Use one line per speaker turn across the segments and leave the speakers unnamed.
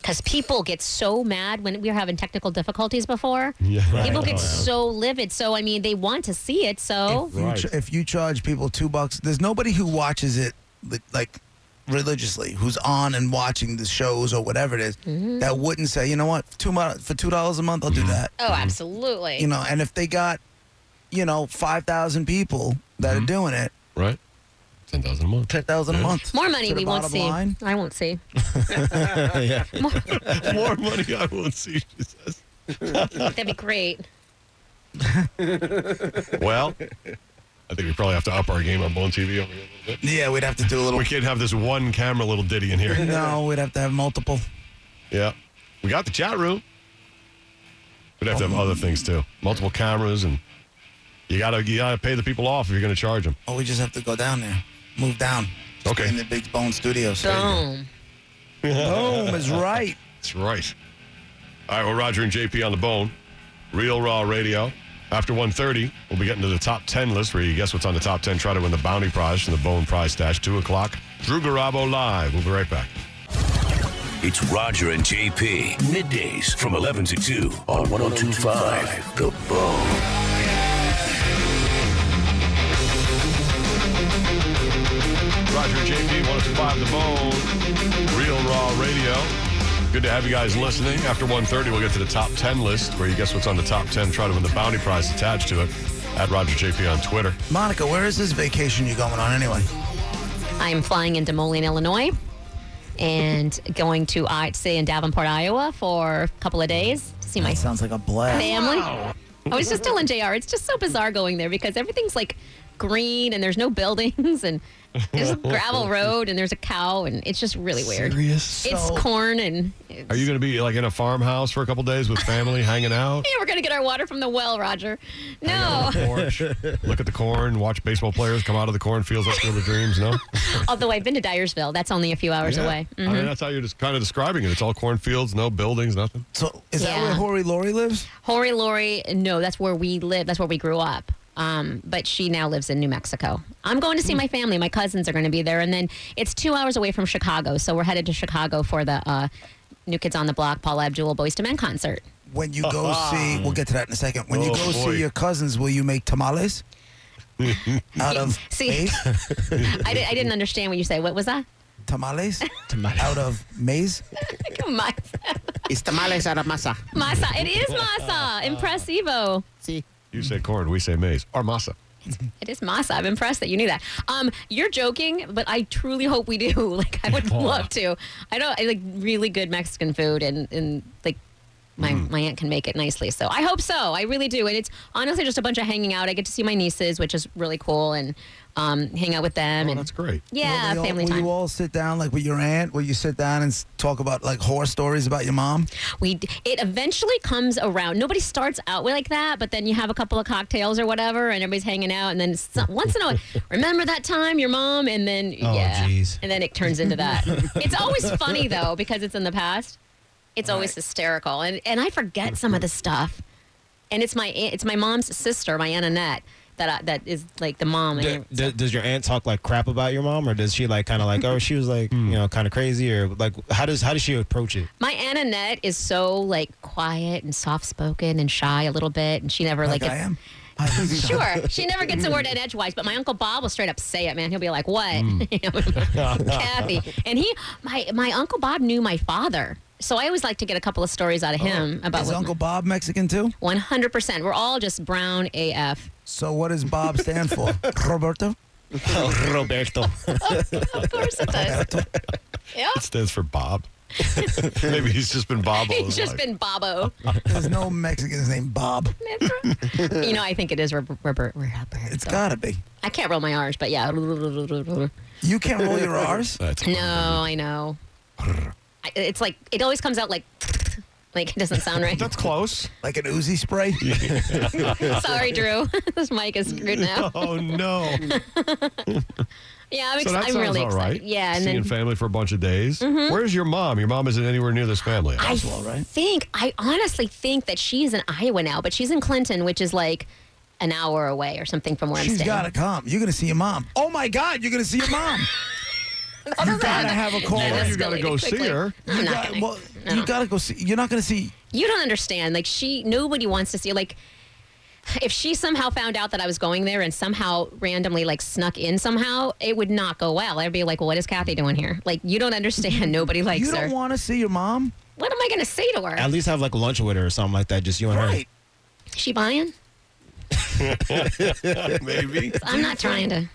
Because people get so mad when we were having technical difficulties before.
Yeah.
People
Right.
get so livid. So, I mean, they want to see it. So,
Right.
You ch- if you charge people two bucks, there's nobody who watches it li- like religiously, who's on and watching the shows or whatever it is,
Mm-hmm.
that wouldn't say, you know what, two mo- for two dollars a month, I'll do that.
oh, absolutely.
You know, and if they got, you know, five thousand people that are doing it,
Right? 10,000 a month.
ten thousand a
Yeah.
month.
More money
To the
we won't
bottom
see.
line.
I won't see.
yeah. More money I won't see, she says.
That'd be great.
Well, I think we probably have to up our game on Bone TV over here a little bit.
Yeah, we'd have to do a little.
We can't have this one camera little ditty in here.
no, we'd have to have multiple.
Yeah. We got the chat room. We'd have to have other things too. Multiple cameras and you gotta you gotta pay the people off if you're gonna charge them.
Or we just have to go down there, move down.
Okay.
In the Big Bone Studios.
Boom.
Boom is right.
That's right. All right, well, Roger and JP on the bone. Real Raw Radio. After 1.30, we'll be getting to the top 10 list where you guess what's on the top 10. Try to win the bounty prize from the Bone Prize Stash. 2 o'clock. Drew Garabo live. We'll be right back.
It's Roger and JP. Middays from 11 to 2 on 1025 The Bone.
Roger and JP, 105 The Bone. Real Raw Radio. Good to have you guys listening. After 1.30, we'll get to the top 10 list where you guess what's on the top 10. Try to win the bounty prize attached to it. At Roger JP on Twitter.
Monica, where is this vacation you going on anyway?
I'm flying into Moline, Illinois, and going to I stay in Davenport, Iowa, for a couple of days to see my
That sounds like a blast.
family. I was just telling Jr. It's just so bizarre going there because everything's like green and there's no buildings and there's a gravel road and there's a cow and it's just really weird. It's
So-
corn and it's,
Are you going to be like in a farmhouse for a couple days with family, hanging out?
Yeah, we're gonna get our water from the well, Roger. No,
porch, look at the corn, watch baseball players come out of the cornfields. That's where the dreams, no?
although I've been to Dyersville. That's only a few hours
Yeah.
away. Mm.
I mean, that's how you're just kind of describing it. It's all cornfields, no buildings, nothing.
So is that
Yeah.
where Hori Lori lives?
Hori Lori, no, that's where we live. That's where we grew up. Um, but she now lives in New Mexico. I'm going to see my family. My cousins are going to be there, and then it's two hours away from Chicago, so we're headed to Chicago for the uh, New Kids on the Block, Paul Abdul, Boys to Men concert.
When you go see, we'll get to that in a second. When you
Oh,
go
boy.
see your cousins, will you make tamales? Out of
See-
maize?
I, di- I didn't understand what you said. What was that?
Tamales? Out of maize?
Masa.
It's tamales out of masa.
masa. It is masa. Impressivo.
See?
You
Mm-hmm.
say corn, we say maize or masa.
It is masa. I'm impressed that you knew that. Um, you're joking, but I truly hope we do. Like, I would love to. I know I like really good Mexican food, and and like my
Mm.
my aunt can make it nicely. So I hope so. I really do. And it's honestly just a bunch of hanging out. I get to see my nieces, which is really cool, and um, hang out with them.
Oh,
and
that's great.
yeah,
will they all-
family
will
time.
you all sit down like with your aunt? Will you sit down and s- talk about like horror stories about your mom?
we d- it eventually comes around. Nobody starts out with like that, but then you have a couple of cocktails or whatever, and everybody's hanging out, and then some, once in a while, remember that time your mom, and then
Oh,
yeah,
geez.
and then it turns into that. it's always funny though because it's in the past. It's always hysterical, and and I forget some of the stuff, and it's my aunt- it's my mom's sister, my aunt Annette, that I, that is like the mom.
D-
And
d- does your aunt talk like crap about your mom, or does she like kind of like, oh, she was like, you know, kind of crazy, or like, how does how does she approach it?
my aunt Annette is so like quiet and soft spoken and shy a little bit, and she never like,
Like, I
it's-
am.
Sure. She never gets a word in edgewise, but my Uncle Bob will straight up say it, man. He'll be like, What? You know, Kathy. And he my my Uncle Bob knew my father. So I always like to get a couple of stories out of him about
Is
what
Uncle Bob Mexican too?
one hundred percent. We're all just brown AF.
So what does Bob stand for? Roberto?
Roberto.
Of course it does. yeah.
It stands for Bob. Maybe he's just been Bob. all
He's
his
just
life.
been Bobo.
There's no Mexicans named Bob.
you know, I think it is Robert. Robert,
It's gotta be.
I can't roll my R's, but yeah. No,
You can't roll your R's?
That's
I know. I- It's like it always comes out like like it doesn't sound right.
That's close.
Like an Uzi spray?
Sorry, Drew. this mic is screwed now.
Oh no!
Yeah,
so
I'm, ex-
that
I'm
sounds
really
all
excited.
right.
Yeah, and
seeing
then Mm-hmm.
family for a bunch of days. Where's your mom? Your mom isn't anywhere near this family.
I
right?
think I honestly think that she's in Iowa now, but she's in Clinton, which is like an hour away or something from where I'm
She's
staying.
got to come. You're going to see your mom. Oh my God, you're going to see your mom. you got to have a call.
That
Or
is
you gotta
escalated
go see
quickly.
her.
I'm
You
not
got-
gonna.
well,
no.
you got to go see. You're not going to see.
you don't understand. Like she, nobody wants to see. Like if she somehow found out that I was going there and somehow randomly like snuck in somehow, it would not go well. I'd be like, well, what is Kathy doing here? Like you don't understand. Nobody likes
You
her.
don't want to see your mom?
what am I gonna say to her?
At least have like lunch with her or something like that. Just
Uh-huh.
you and her.
Right.
Is she buying?
Maybe.
I'm not trying to.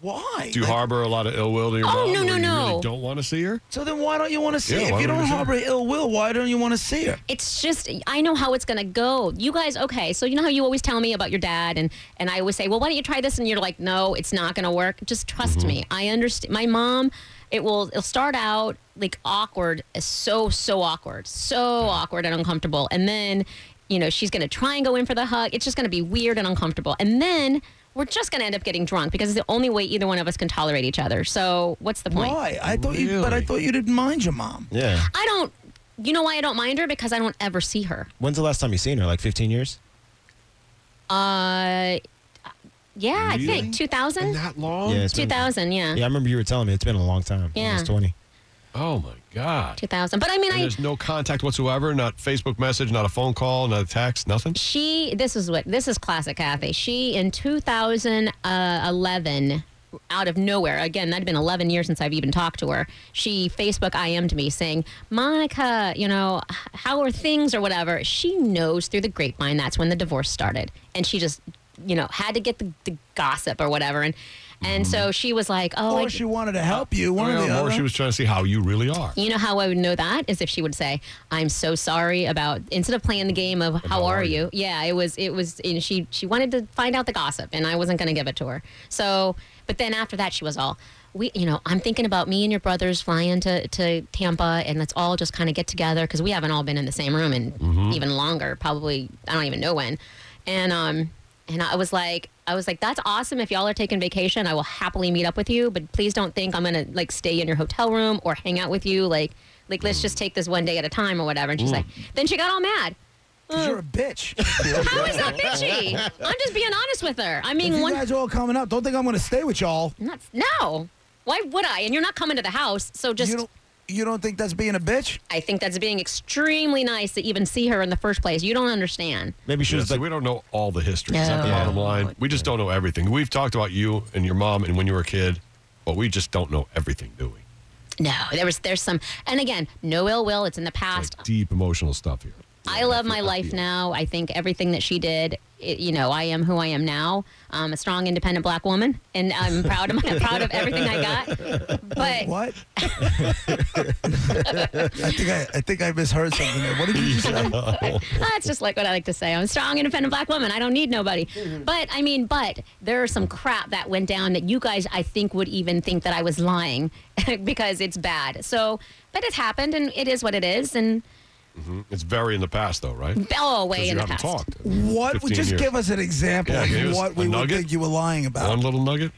Why?
Do you harbor a lot of ill will to your
Oh,
mom?
no,
where
no,
you
no.
Really don't want to see her.
so then why don't you want to see
Yeah,
her?
why
If you
don't
don't
you see her?
harbor ill will, why don't you want to see her?
It's just I know how it's gonna go. You guys, okay? So you know how you always tell me about your dad, and and I always say, well, why don't you try this? And you're like, no, it's not gonna work. Just trust me. I understand. My mom, it will. It'll start out like awkward, so so awkward, so awkward and uncomfortable, and then you know she's gonna try and go in for the hug. It's just gonna be weird and uncomfortable, and then. We're just going to end up getting drunk because it's the only way either one of us can tolerate each other. So, what's the point?
Why? I thought you, but I
Really?
thought you didn't mind your mom.
Yeah.
I don't, you know why I don't mind her? Because I don't ever see her.
When's the last time you seen her? Like 15 years?
Uh, yeah, I
Really?
think 2000?
That
Oh,
long?
Yeah, it's been-
2000, yeah.
Yeah, I remember you were telling me it's been a long time.
Yeah.
Almost 20.
Oh my god.
2000. But I mean,
And
I
there's no contact whatsoever. Not Facebook message. Not a phone call. Not a text. Nothing.
she this is what this is classic Kathy. She in 2011 out of nowhere again that'd been 11 years since i've even talked to her she facebook im'd me saying monica you know h- how are things or whatever she knows through the grapevine that's when the divorce started and she just you know had to get the, the gossip or whatever and and so she was like oh
Or
I-
she wanted to help you. One or the
Well,
other.
or she was trying to see how you really are.
You know how I would know that is if she would say, "I'm so sorry about." Instead of playing the game of "How, are, you? yeah, it was it was. And she she wanted to find out the gossip, and I wasn't going to give it to her. So, but then after that, she was all, "We, you know, I'm thinking about me and your brothers flying to to Tampa, and let's all just kind of get together because we haven't all been in the same room in even longer. Probably I don't even know when." And um, and I was like, I was like, that's awesome. If y'all are taking vacation, I will happily meet up with you. But please don't think I'm gonna like stay in your hotel room or hang out with you. Like, like let's just take this one day at a time or whatever. And she's like, then she got all mad.
'Cause you're a
Mm.
bitch.
How is that bitchy? I'm just being honest with her. I
if
mean,
you
one,
guys are all coming up, don't think I'm going to stay with y'all.
not, no. Why would I? And you're not coming to the house, so just.
you don't. You don't think that's being a bitch?
I think that's being extremely nice to even see her in the first place. You don't understand.
Maybe she
Yeah,
was
see,
like,
we don't know all the history. Is that the
No.
bottom line? We just don't know everything. We've talked about you and your mom and when you were a kid, but we just don't know everything, do we?
No, there was there's some, and again, no ill will. It's in the past.
Like deep emotional stuff here.
I love my life now. I think everything that she did, it, you know, I am who I am now. I'm a strong, independent black woman, and I'm proud of my, proud of everything I got. But
What? I think I, I think I misheard something. There. What did you just say?
that's uh, just like what I like to say. I'm a strong, independent black woman. I don't need nobody.
Mm-hmm.
But I mean, but there are some crap that went down that you guys, I think, would even think that I was lying because it's bad. So, but it happened, and it is what it is. And
It's very in the past, though, right?
oh, way
you
in the
haven't
past.
talked.
What?
15
Just
years.
give us an example
Yeah, give
of
us
what
a
we would
nugget.
think you were lying about.
One little nugget.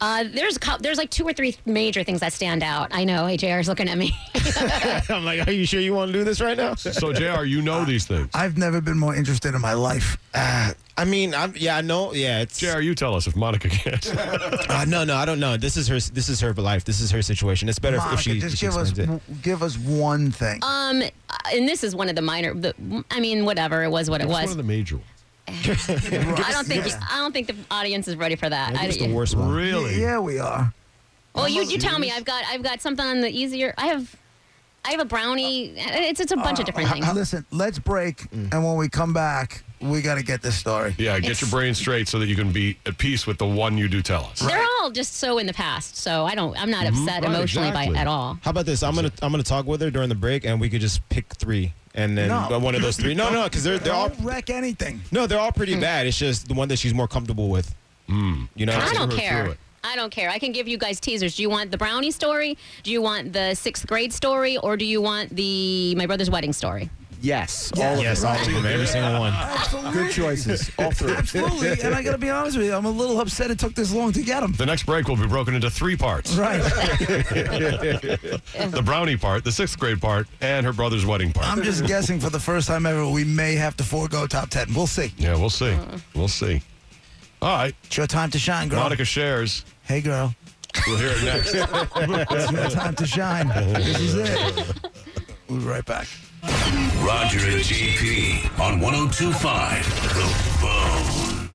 Uh, there's a cou- there's like two or three major things that stand out. I know AJR's looking at me.
I'm like, are you sure you want to do this right now?
So, JR, you know these things.
I've never been more interested in my life.
I mean, I'm, yeah, I know. Yeah, it's.
JR, you tell us if Monica can't.
Uh, no, no, I don't know. This is her. This is her life. This is her situation. It's better
Monica,
if she
just
she
give us
explains it.
give us one thing.
Um, and this is one of the minor. The, I mean, whatever it was, what it
It's one
was.
of the major ones.
I don't think I don't think the audience is ready for that. I,
Maybe it's the worst one.
Really?
Yeah, we are.
Well, you, you tell me. I've got I've got something on the easier. I have I have a brownie. Uh, It's it's a bunch of different
H-
things.
Listen, let's break, and when we come back, we got to get this story.
Yeah, get
It's-
your brain straight so that you can be at peace with the one you do tell us.
They're all just so in the past. So I don't. I'm not upset
right,
emotionally
exactly.
by at all.
How about this? I'm gonna I'm gonna talk with her during the break, and we could just pick three, and then
No.
uh, one of those three. No, no, because they're they're all
Don't wreck anything.
Hmm.
no, they're all pretty bad. It's just the one that she's more comfortable with. You know,
I
so-
don't
through it.
care. I don't care. I can give you guys teasers. Do you want the brownie story? Do you want the sixth grade story? Or do you want the my brother's wedding story?
Yes.
Yeah.
All
Yes, all of them, every single one.
Absolutely.
good choices. All three.
Absolutely. And I got to be honest with you, I'm a little upset it took this long to get them.
The next break will be broken into three parts
Right.
the brownie part, the sixth grade part, and her brother's wedding part.
I'm just guessing for the first time ever, we may have to forego top 10. We'll see.
yeah, we'll see.
Uh-huh.
We'll see. All right.
It's your time to shine, girl.
Monica shares.
Hey, girl.
We'll hear it next.
It's your time to shine. This is it. We'll be right back.
oh Roger and JP on 1025 The